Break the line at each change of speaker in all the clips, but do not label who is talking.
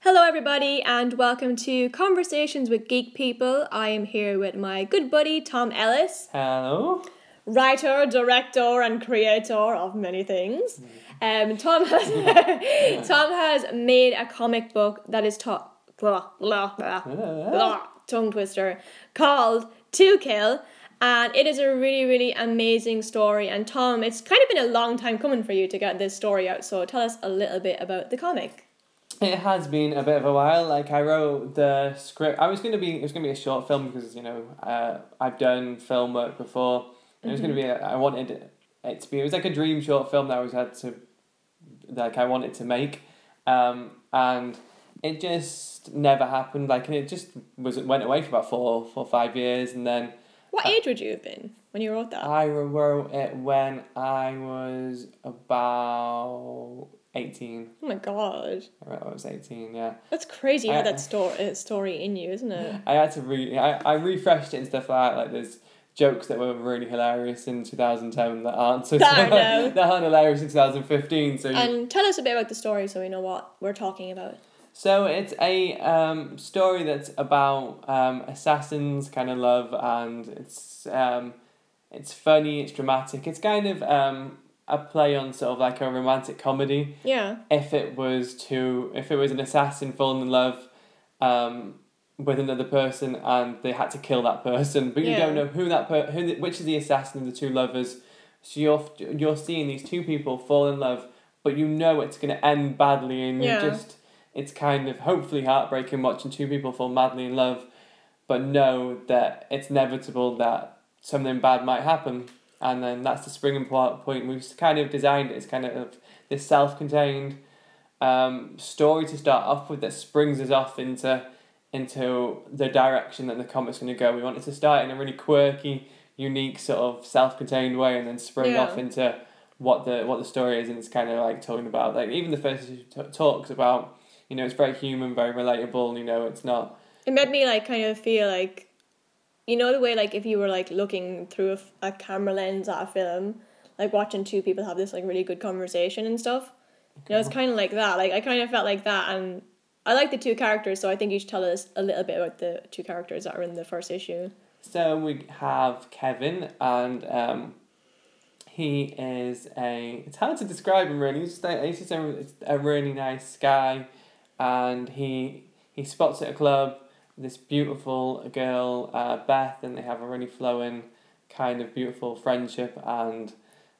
Hello, everybody, and welcome to Conversations with Geek People. I am here with my good buddy Tom Ellis,
Hello.
writer, director, and creator of many things. Um, Tom has Tom has made a comic book that is taught blah, blah, blah, blah, tongue twister called To Kill. And it is a really, really amazing story. And Tom, it's kind of been a long time coming for you to get this story out. So tell us a little bit about the comic.
It has been a bit of a while. Like I wrote the script. I was gonna be. It was gonna be a short film because you know uh, I've done film work before. And It was gonna be. A, I wanted it, it to be. It was like a dream short film that I always had to, like I wanted to make, um, and it just never happened. Like and it just was went away for about four, four, five years, and then
What age would you have been when you wrote that?
I wrote it when I was about eighteen.
Oh my god,
I wrote when I was eighteen. Yeah.
that's crazy. You had
Uh,
that story uh, story in you, isn't it?
I had to re I, I refreshed it and stuff like that. Like there's jokes that were really hilarious in two thousand ten that aren't so
That I know.
that aren't hilarious in two thousand fifteen. So you-
And tell us a bit about the story so we know what we're talking about.
so it's a um, story that's about um, assassins kind of love and it's um, it's funny, it's dramatic, it's kind of um, a play on sort of like a romantic comedy.
Yeah.
if it was to if it was an assassin falling in love um, with another person and they had to kill that person but you
Yeah.
don't know who that per- who the, which is the assassin of the two lovers so you're you're seeing these two people fall in love but you know it's going to end badly and
Yeah.
you just it's kind of hopefully heartbreaking watching two people fall madly in love but know that it's inevitable that something bad might happen and then that's the springing po- point we've kind of designed it as kind of this self-contained um, story to start off with that springs us off into into the direction that the comic's going to go. We want it to start in a really quirky, unique sort of self-contained way, and then spring
Yeah.
off into what the what the story is, and it's kind of like talking about like even the first issue t- talks about you know it's very human, very relatable. You know, it's not
It made me like kind of feel like, you know, the way like if you were like looking through a, f- a camera lens at a film, like watching two people have this like really good conversation and stuff. You know, it's kind of like that. Like I kind of felt like that, and I like the two characters, so I think you should tell us a little bit about the two characters that are in the first issue.
So we have Kevin, and um, he is a. It's hard to describe him really. He's just a, he's just a, a really nice guy, and he he spots at a club this beautiful girl, uh, Beth, and they have a really flowing kind of beautiful friendship. And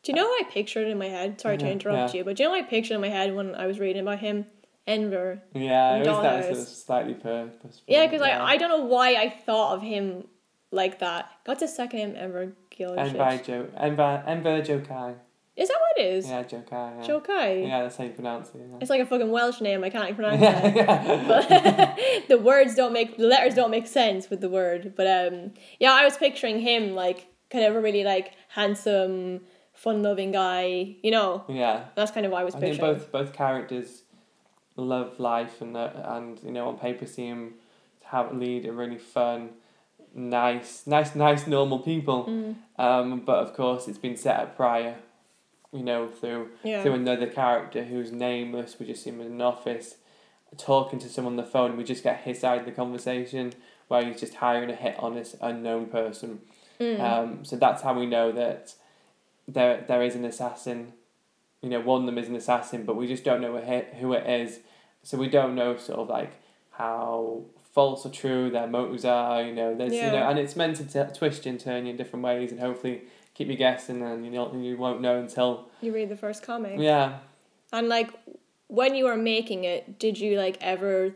Do you know what I pictured in my head? Sorry to
Yeah,
interrupt
yeah.
you, but do you know what I pictured in my head when I was reading about him? Enver.
yeah, it was that
Dollars.
sort of slightly purposeful.
Yeah, because I, I don't know why I thought of him like that. What's his second name? Enver
and by
Gilshit.
Joe, and by and by Jokai.
Is that what it is?
Yeah, Jokai. Yeah.
Jokai.
yeah, that's how you pronounce it. yeah.
It's like a fucking Welsh name. I can't pronounce
Yeah,
it.
yeah.
But the words don't make the letters don't make sense with the word. But um, yeah, I was picturing him like kind of a really like handsome, fun-loving guy. You know,
yeah.
that's kind of why I was
I think
picturing.
both both characters love life and uh, and you know on paper seem to have lead a really fun, nice, nice, nice normal people. Um, but of course, it's been set up prior, you know, through
yeah.
through another character who's nameless. We just see him in an office talking to someone on the phone. We just get his side of the conversation where he's just hiring a hit on this unknown person.
Hmm. Mm,
Um, so that's how we know that there there is an assassin. You know, one of them is an assassin, but we just don't know who- who it is. So we don't know sort of like how false or true their motives are. You know, there's you
Yeah.
know, and it's meant to t- twist and turn you in different ways, and hopefully keep you guessing, and you know you won't know until
You read the first comic.
yeah.
And like when you were making it, did you like ever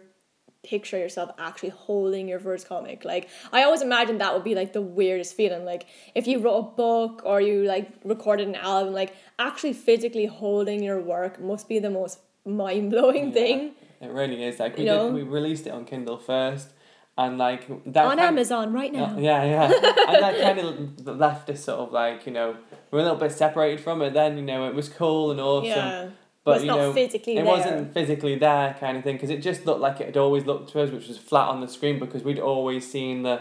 picture yourself actually holding your first comic? Like I always imagined that would be like the weirdest feeling. Like if you wrote a book or you like recorded an album, like actually physically holding your work must be the most mind blowing
Yeah.
thing.
It really is. Like we
You know?
did, we released it on Kindle first, and like that
On
kind-
Amazon right now.
Uh, yeah, yeah, and that kind of left us sort of like you know we're a little bit separated from it. Then you know it was cool and awesome,
Yeah.
but
it's
you
not
know
physically
it
there.
wasn't physically there kind of thing because it just looked like it had always looked to us, which was flat on the screen because we'd always seen the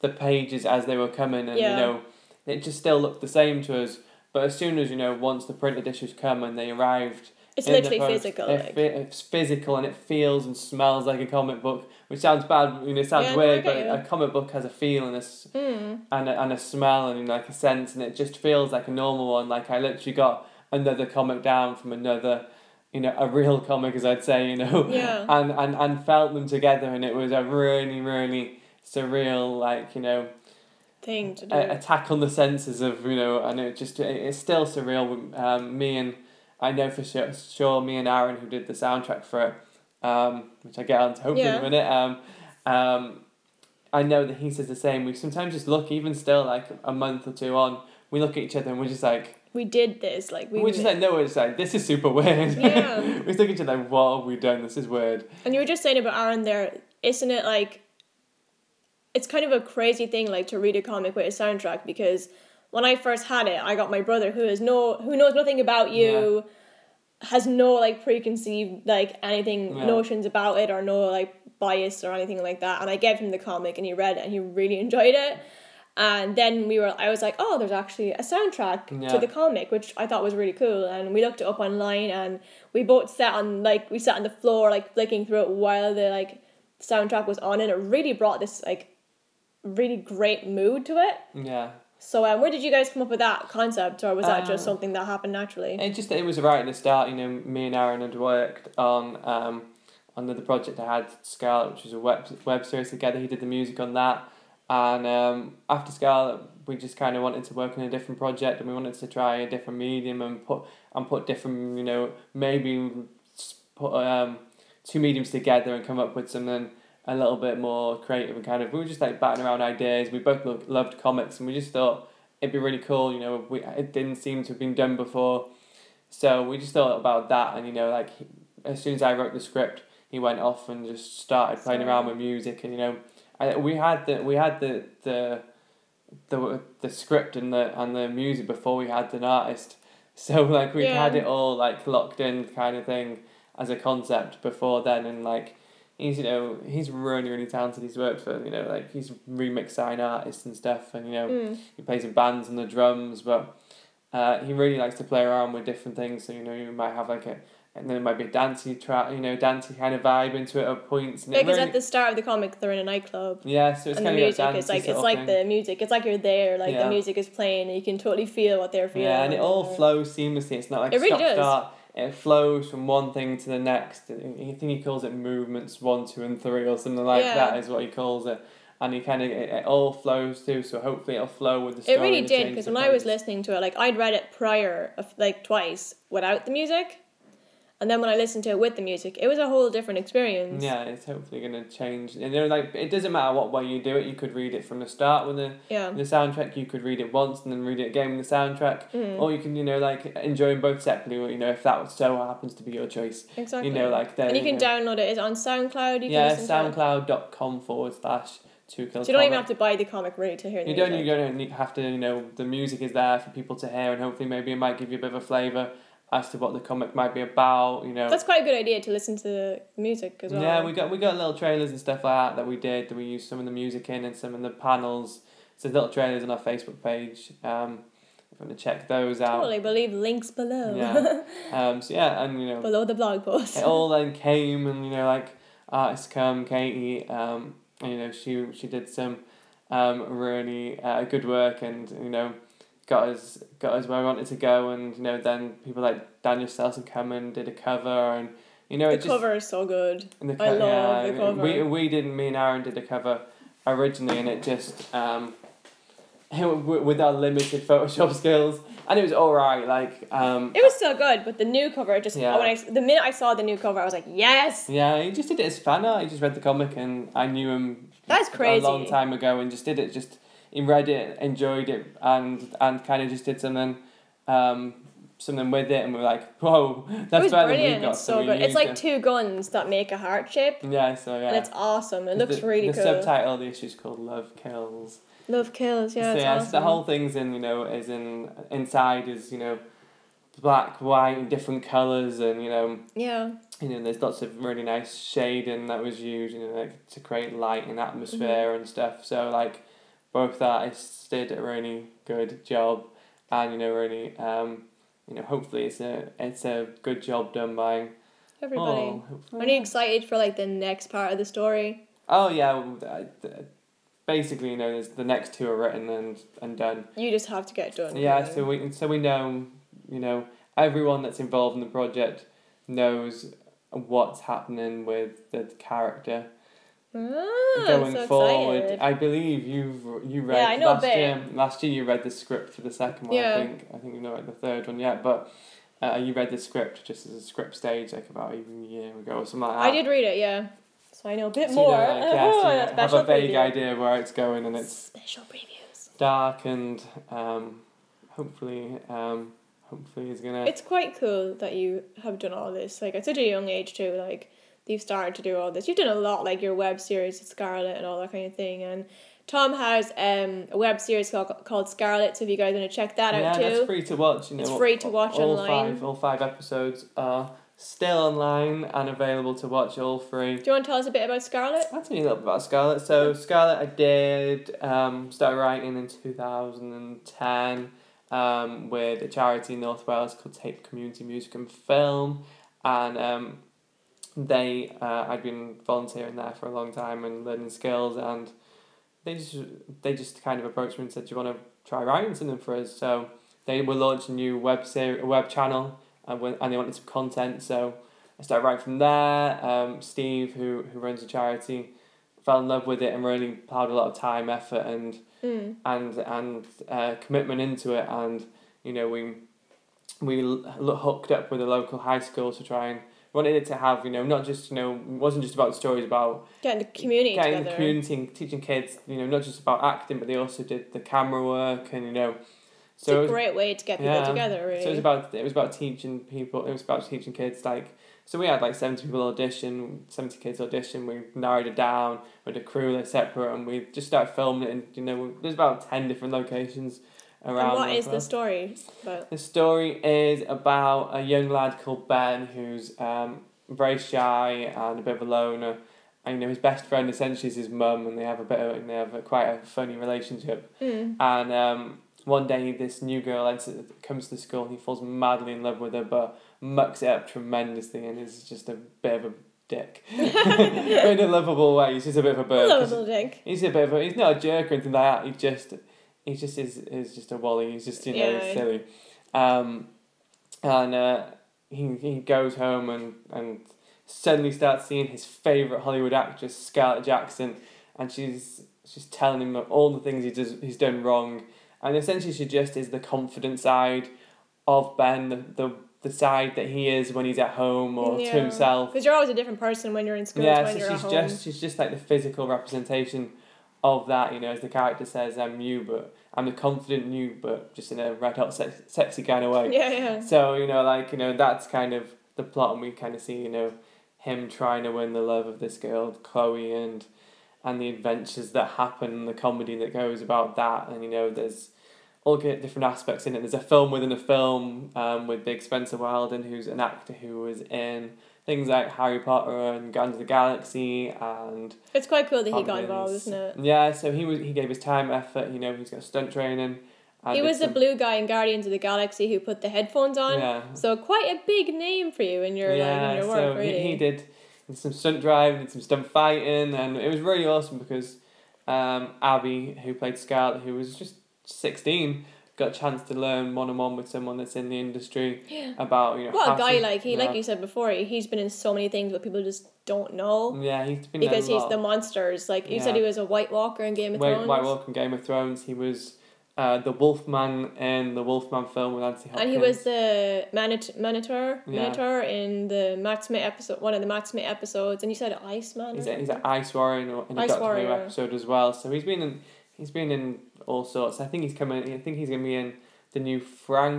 the pages as they were coming, and
Yeah.
you know it just still looked the same to us. But as soon as you know, once the print editions come and they arrived
It's
in the
literally
post.
physical.
It
like.
fe- it's physical and it feels and smells like a comic book, which sounds bad. You know, it sounds
Yeah, no, I
weird,
get
but
you.
a comic book has a feel and a s-
Mm.
and a, and a smell and like a sense, and it just feels like a normal one. Like I literally got another comic down from another, you know, a real comic, as I'd say, you know,
Yeah.
and, and and felt them together, and it was a really really surreal, like you know,
Thing to do.
a- attack on the senses of you know, and it just it, it's still surreal. Um, me and I know for sure, sure, me and Aaron who did the soundtrack for it, um, which I get on to hopefully
Yeah.
in a minute. Um, um, I know that he says the same. We sometimes just look, even still, like a month or two on, we look at each other and we're just like,
we did this. Like we.
we are just
ma-
like, no, it's like this is super weird.
Yeah.
we look at each other like, what have we done? This is weird.
And you were just saying about Aaron there, isn't it like it's kind of a crazy thing like to read a comic with a soundtrack because when I first had it, I got my brother who is no who knows nothing about you, has no like preconceived like anything
Yeah.
notions about it or no like bias or anything like that. And I gave him the comic and he read it and he really enjoyed it. And then we were I was like, oh, there's actually a soundtrack
Yeah.
to the comic, which I thought was really cool. And we looked it up online and we both sat on like we sat on the floor like flicking through it while the like soundtrack was on and it really brought this like really great mood to it.
Yeah.
So um, where did you guys come up with that concept or was that just
Uh,
something that happened naturally?
It just it was right at the start. You know, me and Aaron had worked on um, another project I had Scarlet, which was a web web series together. He did the music on that, and um, after Scarlet, we just kind of wanted to work on a different project, and we wanted to try a different medium and put and put different you know maybe s- put um, two mediums together and come up with something a little bit more creative and kind of we were just like batting around ideas. We both lo- loved comics, and we just thought. It'd be really cool, you know. We it didn't seem to have been done before, so we just thought about that, and you know, like he- as soon as I wrote the script, he went off and just started playing
So-
around with music, and you know, I, we had the we had the the the the script and the and the music before we had an artist, so like we
Yeah.
had it all like locked in kind of thing as a concept before then, and like. He's you know he's really really talented. He's worked for you know like he's remix sign artists and stuff, and you know
Mm.
he plays in bands and the drums, but uh, he really likes to play around with different things. So you know, you might have like a and then it might be a dancey track, you know, dancey kind of vibe into it at points. And it
Because
really,
at the start of the comic they're in a nightclub.
yeah, so it's
and the
kind of like
music
dancey
is like
sort
it's
of
like
thing.
the music. It's like you're there, like
Yeah.
the music is playing and you can totally feel what they're feeling.
yeah, and it all
Yeah.
flows seamlessly. It's not like
It really
stop
does.
start. It flows from one thing to the next. I think he calls it movements one, two, and three, or something like
Yeah.
that is what he calls it. And he kind of it, it all flows too. So hopefully it'll flow with the story.
It really
and
did
change
because
the
when I was
pace.
listening to it, like I'd read it prior, of, like twice without the music, and then when I listened to it with the music, it was a whole different experience.
Yeah, it's hopefully gonna change. And they're like, it doesn't matter what way you do it. You could read it from the start with the
Yeah.
the soundtrack. You could read it once and then read it again with the soundtrack,
Mm-hmm. Mm.
or you can you know like enjoy them both separately. Or, you know if that so happens to be your choice.
Exactly.
You know like then.
and you can
know,
download it. It's on SoundCloud. You
yeah,
can listen To
SoundCloud.com forward slash two kill.
it. So you don't even have to buy the comic really to hear the
You don't,
music.
you don't need- have to, you know, the music is there for people to hear, and hopefully, maybe it might give you a bit of a flavour as to what the comic might be about, you know.
That's quite a good idea to listen to the music as well.
Yeah, we got we got little trailers and stuff like that that we did that we used some of the music in and some of the panels. So little trailers on our Facebook page. Um, if you want to check those out.
totally believe links below.
Yeah. Um, so yeah, and you know,
below the blog post.
it all then came and you know like artists come Katie. Um, and, you know she she did some um really uh, good work and you know got us got us where we wanted to go and you know then people like Daniel Stelson come and did a cover and you know
the
it just
cover is so good.
and the
I love the cover.
We, we didn't, me and Aaron did a cover originally, and it just, um, w- with our limited Photoshop skills, and it was alright, like, um,
It was still good, but the new cover just
Yeah.
when I the minute I saw the new cover, I was like, yes,
yeah, he just did it as fan art. He just read the comic, and I knew him
That's crazy.
a long time ago, and just did it. Just he read it, enjoyed it, and and kind of just did something, um, something with it, and we were like, whoa,
it
that's
was
better than we
brilliant.
got.
it's so
we
good. It's
used
like
it.
two guns that make a heart shape,
yeah, so yeah.
and it's awesome. It looks
the,
really
the
cool.
subtitle of the issue is called Love Kills.
Love kills. Yeah,
so
it's
yeah,
awesome.
so the whole thing's in you know is in inside is you know black, white, and different colors, and you know
yeah,
you know there's lots of really nice shading that was used, you know, like to create light and atmosphere and stuff. So like both artists did a really good job, and you know really um you know, hopefully it's a it's a good job done by
Everybody.
Oh,
Are you excited for like the next part of the story?
oh yeah, well, I- th- basically you know there's the next two are written and and done.
You just have to get it done. Ah,
Yeah,
really.
so we so we know you know everyone that's involved in the project knows what's happening with the character
Ah,
going
so
forward.
excited.
I believe you've you read
Yeah, I know a
last
bit.
year. Last year you read the script for the second one.
Yeah.
I think I think you've not read the third one yet, but uh, you read the script just as a script stage like about even a year ago or something like that.
I did read it, yeah. So I know a bit
Ah. So you know,
more.
like, yeah,
Oh,
so you
that's
have
special
a vague
preview.
idea where it's going, and it's
Special previews.
dark and um, hopefully um, hopefully it's gonna.
It's quite cool that you have done all this. Like at such a young age too, like you've started to do all this. You've done a lot, like your web series with Scarlet and all that kind of thing. And Tom has um, a web series called, called Scarlet. So if you guys want to check that
yeah,
out
that's
too,
free to watch. You know,
It's free to watch
all
online.
Five, all five episodes are still online and available to watch. All free.
do you want to tell us a bit about Scarlet?
I'll tell you a little bit about Scarlet. So Scarlet, I did um, start writing in two thousand and ten um, with a charity in North Wales called Tape Community Music and Film, and um, they uh, I'd been volunteering there for a long time and learning skills, and they just they just kind of approached me and said, "Do you want to try writing something for us?" So they were launching a new web ser- web channel, and when, and they wanted some content, so. I started writing from there. Um, Steve, who, who runs the charity, fell in love with it and really plowed a lot of time, effort, and
Mm.
and and uh, commitment into it. And you know, we we l- hooked up with a local high school to try and wanted it to have you know not just you know it wasn't just about stories about
Getting the community
getting
together.
the community and teaching kids you know not just about acting but they also did the camera work and you know
it's a
it was-
great way to get people
yeah.
together, really.
so it was about it was about teaching people. It was about teaching kids like so we had like seventy people audition, seventy kids audition. We narrowed it down with a crew. They're separate, and we just started filming it. And you know, there's about ten different locations around.
and what
North
is the
Wales.
story about?
The story is about a young lad called Ben who's um, very shy and a bit of a loner. And you know, his best friend essentially is his mum, and they have a bit of, and they have a, quite a funny relationship.
Mm.
And um, one day, this new girl enters, comes to school and he falls madly in love with her, but mucks it up tremendously and is just a bit of a dick. In a lovable way, he's just a bit of a bird. 'cause
Lovable dick.
He's a bit of a, he's not a jerk or anything like that. He just, he just is, is just a wally. He's just, you know,
Yeah.
silly. Um, and uh, he, he goes home and, and suddenly starts seeing his favourite Hollywood actress, Scarlett Jackson, and she's she's telling him all the things he does he's done wrong, and essentially she just is the confident side of Ben, the the, the side that he is when he's at home or
Yeah.
to himself.
Because you're always a different person when you're in school to
Yeah,
when
so
you're at
she's
home.
just she's just like the physical representation of that, you know, as the character says, I'm you, but I'm the confident you, but just in a red hot, sex, sexy kind of way.
yeah, yeah.
So you know, like you know, that's kind of the plot, and we kind of see you know him trying to win the love of this girl, Chloe, and and the adventures that happen, the comedy that goes about that, and you know, there's all ki- different aspects in it. There's a film within a film um, with Big Spencer Wilden, who's an actor who was in things like Harry Potter and Guardians of the Galaxy and
It's quite cool that he got
Hobbits.
involved, isn't it?
yeah. So he was he gave his time, effort. You know, he's got stunt training. and
He
did
was the
some-
blue guy in Guardians of the Galaxy who put the headphones on.
yeah.
So quite a big name for you in your like in your
so
work,
he-
really.
He, did some stunt driving, did some stunt fighting, and it was really awesome because um, Abby, who played Scarlett, who was just sixteen, got a chance to learn one on one with someone that's in the industry about you know.
What
how
a guy
to-
like he,
yeah.
like you said before, he- he's been in so many things but people just don't know
Yeah, he's been in Mm, a
because he's
lot.
the monsters. Like you said,
Yeah.
he was a White Walker in Game of
Wait,
Thrones,
White Walker in Game of Thrones. He was uh, the Wolfman in the Wolfman film with Anthony Hopkins.
and he was the manit- monitor,
Yeah.
monitor in the Matt Smith episode, one of the Matt Smith episodes, and you said Iceman.
He's,
or
a, he's
something?
an ice warrior in, a- in a
Ice
Doctor Who
warrior.
episode as well. So he's been in he's been in all sorts. I think he's coming. I think he's gonna be in the new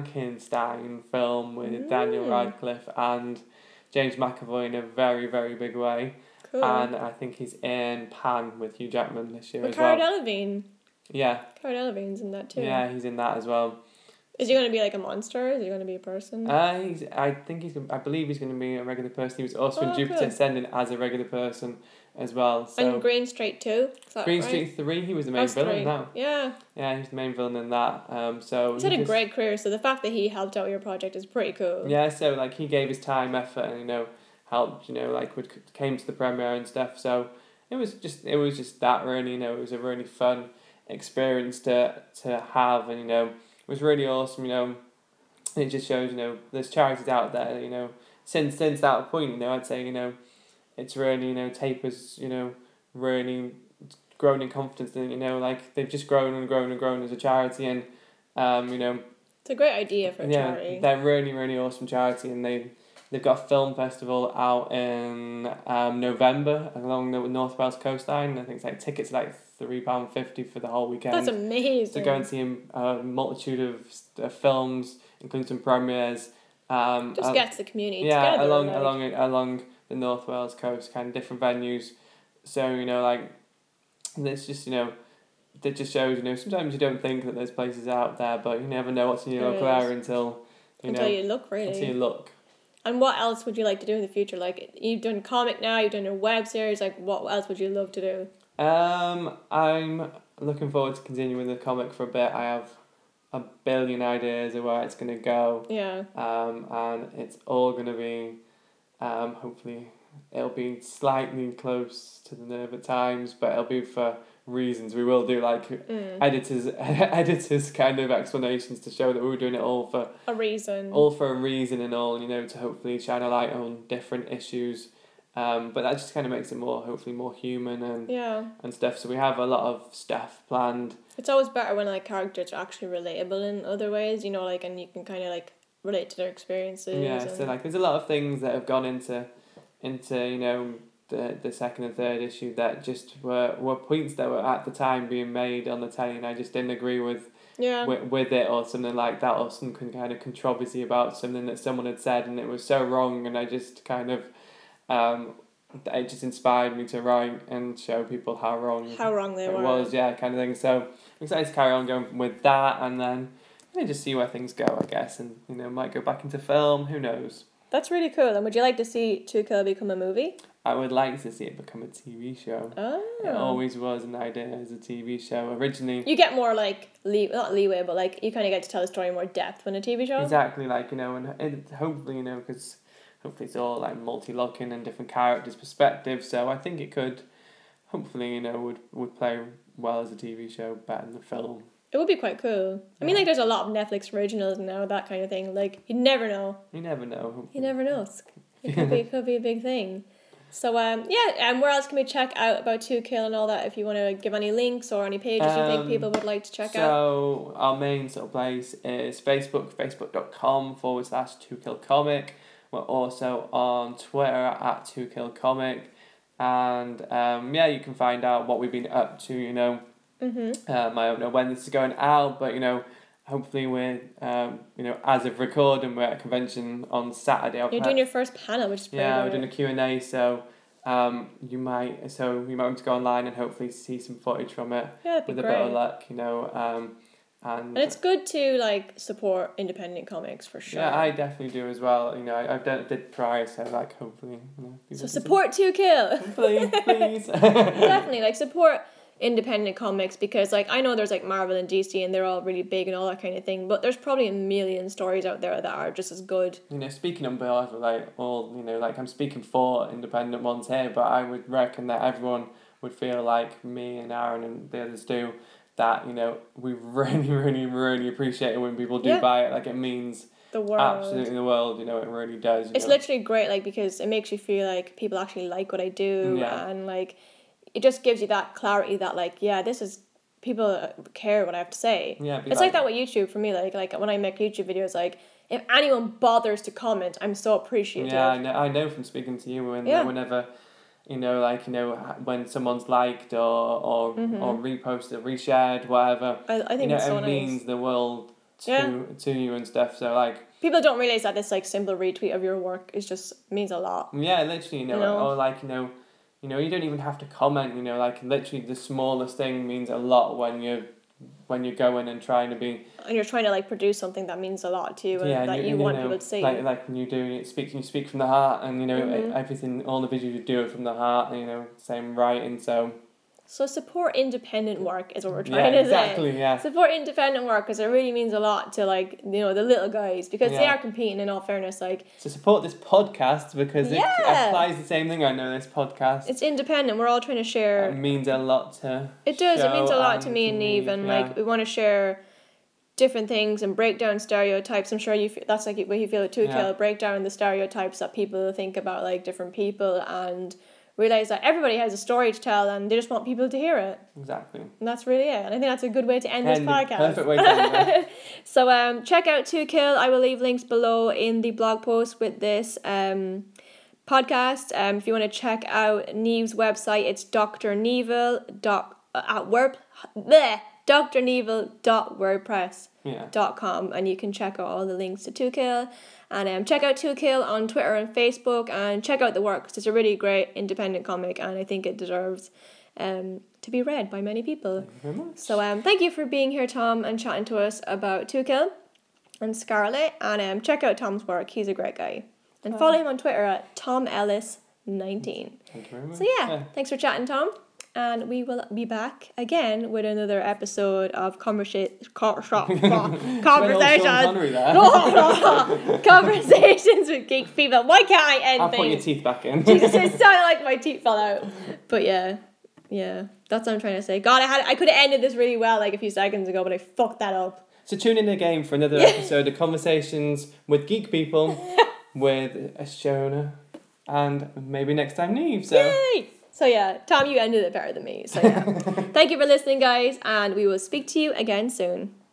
Frankenstein film with Daniel
Mm.
Radcliffe and James McAvoy in a very very big way.
cool.
And I think he's in Pan with Hugh Jackman this year
But
as
Cara
well.
Delevingne,
Yeah,
Cara Delevingne's in that too.
yeah, he's in that as well.
Is he going to be like a monster? Is he going to be a person?
I I think Uh, he's gonna- I believe he's going to be a regular person. He was also
Oh,
in Jupiter
good.
Ascending as a regular person as well.
and
So
Green Street too. Is that
Green
right?
Street Three, he was the main
That's
villain.
three.
Now,
Yeah,
yeah, he was the main villain in that. Um, so
he's
he
had a
just-
great career. So the fact that he helped out your project is pretty cool.
Yeah, so like he gave his time, effort, and you know helped. You know, like would came to the premiere and stuff. So it was just it was just that really. You know, it was a really fun experience to to have, and you know, it was really awesome. You know, it just shows you know there's charities out there. You know, since since that point, you know, I'd say you know, it's really you know tapers. You know, really grown in confidence, and you know, like they've just grown and grown and grown as a charity, and um, you know
It's a great idea for a
yeah,
charity.
they're really really awesome charity, and they they've got a film festival out in um, November along the North Wales coastline. I think it's like tickets are like three pound fifty for the whole weekend.
That's amazing.
to go and see a, a multitude of s- uh, films, including some premieres. Um,
Just
al-
gets the community
yeah,
together.
along
like.
along along the North Wales coast, kind of different venues. So you know, like, it's just you know, that just shows you know. Sometimes you don't think that there's places out there, but you never know what's in your
There
local
is.
area until you
until
know
you look really.
until you look.
And what else would you like to do in the future? Like you've done comic now, you've done your web series. Like what else would you love to do?
Um, I'm looking forward to continuing the comic for a bit. I have a billion ideas of where it's gonna go.
Yeah,
um, and it's all gonna be, um, hopefully, it'll be slightly close to the nerve at times, but it'll be for reasons. We will do like
Mm.
editors, editors kind of explanations to show that we were doing it all for
a reason.
all for a reason and all, you know, to hopefully shine a light on different issues. Um, but that just kind of makes it more, hopefully, more human and,
yeah,
and stuff. So we have a lot of stuff planned.
it's always better when like characters are actually relatable in other ways. You know, like and you can kind of like relate to their experiences.
Yeah,
and-
so like there's a lot of things that have gone into into, you know, the the second and third issue that just were were points that were at the time being made on the telly and I just didn't agree with
yeah,
with, with it or something like that or some kind kind of controversy about something that someone had said and it was so wrong and I just kind of um it just inspired me to write and show people how wrong
how wrong they
it
were.
was, yeah, kind of thing. So I'm excited to carry on going with that and then you know, just see where things go, I guess, and you know, might go back into film, who knows.
That's really cool. And would you like to see Two Kill become a movie?
I would like to see it become a TV show.
Oh.
It always was an idea as a TV show. Originally,
You get more like lee not leeway, but like you kind of get to tell the story more depth when a TV show.
exactly like, you know, and it, hopefully, you know, because hopefully it's all like multi locking and different characters' perspectives. So I think it could, hopefully, you know, would, would play well as a TV show, better than the film.
It would be quite cool. I mean,
Yeah.
like there's a lot of Netflix originals now, that kind of thing. Like you never know.
You never know.
You never know. It's- It could be, it could be a big thing. So um yeah, and where else can we check out about Two Kill and all that? If you want to give any links or any pages you think
Um,
people would like to check out.
so our main sort of place is Facebook, facebook.com forward slash 2killcomic. We're also on Twitter at 2killcomic. And um, yeah, you can find out what we've been up to, you know.
Mm-hmm.
Um, I don't know when this is going out, but you know, hopefully we're, um, you know, as of recording, we're at a convention on Saturday. I've
You're
had-
doing your first panel, which is pretty
yeah, we're
good.
doing a Q and A, so um, you might so you might want to go online and hopefully see some footage from it
yeah, that'd be
with a
great.
bit of luck, you know. Um, and
And it's good to like support independent comics for sure.
yeah, I definitely do as well. You know, I, I've done did prior, so like hopefully, you know. people
so
can see-
support Two Kill.
Hopefully, please.
definitely like support independent comics because like I know there's like Marvel and DC and they're all really big and all that kind of thing, but there's probably a million stories out there that are just as good.
you know, speaking on behalf of like all, you know, like I'm speaking for independent ones here, but I would reckon that everyone would feel like me and Aaron and the others do that, you know, we really, really, really appreciate it when people do
Yeah.
buy it. Like it means
The world.
absolutely the world, you know, it really does. you
It's
know.
literally great, like because it makes you feel like people actually like what I do,
Yeah.
and like it just gives you that clarity that like yeah, this is people uh, care what I have to say.
yeah, it'd be
It's like that with YouTube for me. Like like when I make YouTube videos, like if anyone bothers to comment, I'm so appreciative.
Yeah, I know, I know from speaking to you and
Yeah.
whenever, you know, like, you know, when someone's liked or, or, or reposted, reshared, whatever,
I, Mm-hmm. I
you
think
know,
it's so
it
nice.
means the world to,
Yeah.
to you and stuff. So, like,
people don't realize that this like simple retweet of your work is just means a lot.
Yeah, literally, you know,
You know?
or like, you know, you know, you don't even have to comment, you know, like literally the smallest thing means a lot when you're when you're going and trying to be
and you're trying to like produce something that means a lot to you and
yeah, and
that you,
and
want
know,
people to see.
Like, like when you're doing it, speak, you speak from the heart, and you know,
Mhm.
everything, all the videos you do it from the heart, and you know, same writing, so.
so support independent work is what we're
Yeah,
trying to
exactly,
say.
yeah.
Support independent work because it really means a lot to like you know the little guys because they
Yeah.
are competing. In all fairness, like
So support this podcast because
Yeah.
it applies the same thing. I know this podcast.
it's independent. We're all trying to share.
It means a lot to.
It does. It means a
show
lot to me and
Neve,
Neve, and
um, yeah.
like we want to share different things and break down stereotypes. I'm sure you feel, that's like what you feel too,
Yeah.
Kill. Break down the stereotypes that people think about like different people and realize that everybody has a story to tell and they just want people to hear it.
Exactly.
And that's really it. And I think that's a good way to end this
And
podcast.
Perfect way to end it.
So um, check out Two Kill. I will leave links below in the blog post with this um, podcast. Um, if you want to check out Neve's website, it's Dr. Neville doc, uh, at word, bleh, drneville.wordpress.com
Yeah.
and you can check out all the links to Two Kill. And um, check out Two Kill on Twitter and Facebook and check out the work 'cause it's a really great independent comic and I think it deserves um, to be read by many people.
Very much.
So um, thank you for being here, Tom, and chatting to us about Two Kill and Scarlet. And um, check out Tom's work; he's a great guy. And follow him on Twitter at Tom Ellis nineteen.
Thank you very much.
So yeah, thanks for chatting, Tom. And we will be back again with another episode of conversa- co- shop-
Went all Sean
conversations.
Connery there.
conversations with geek people. Why can't I end
I'll
things?
put your teeth back in.
Jesus, it sounded like my teeth fell out. But yeah, yeah, that's what I'm trying to say. God, I had I could have ended this really well like a few seconds ago, but I fucked that up.
So tune in again for another episode of Conversations with Geek People with Shona and maybe next time Neve. So
Yay! So yeah, Tom, you ended it better than me. So yeah, thank you for listening, guys, and we will speak to you again soon.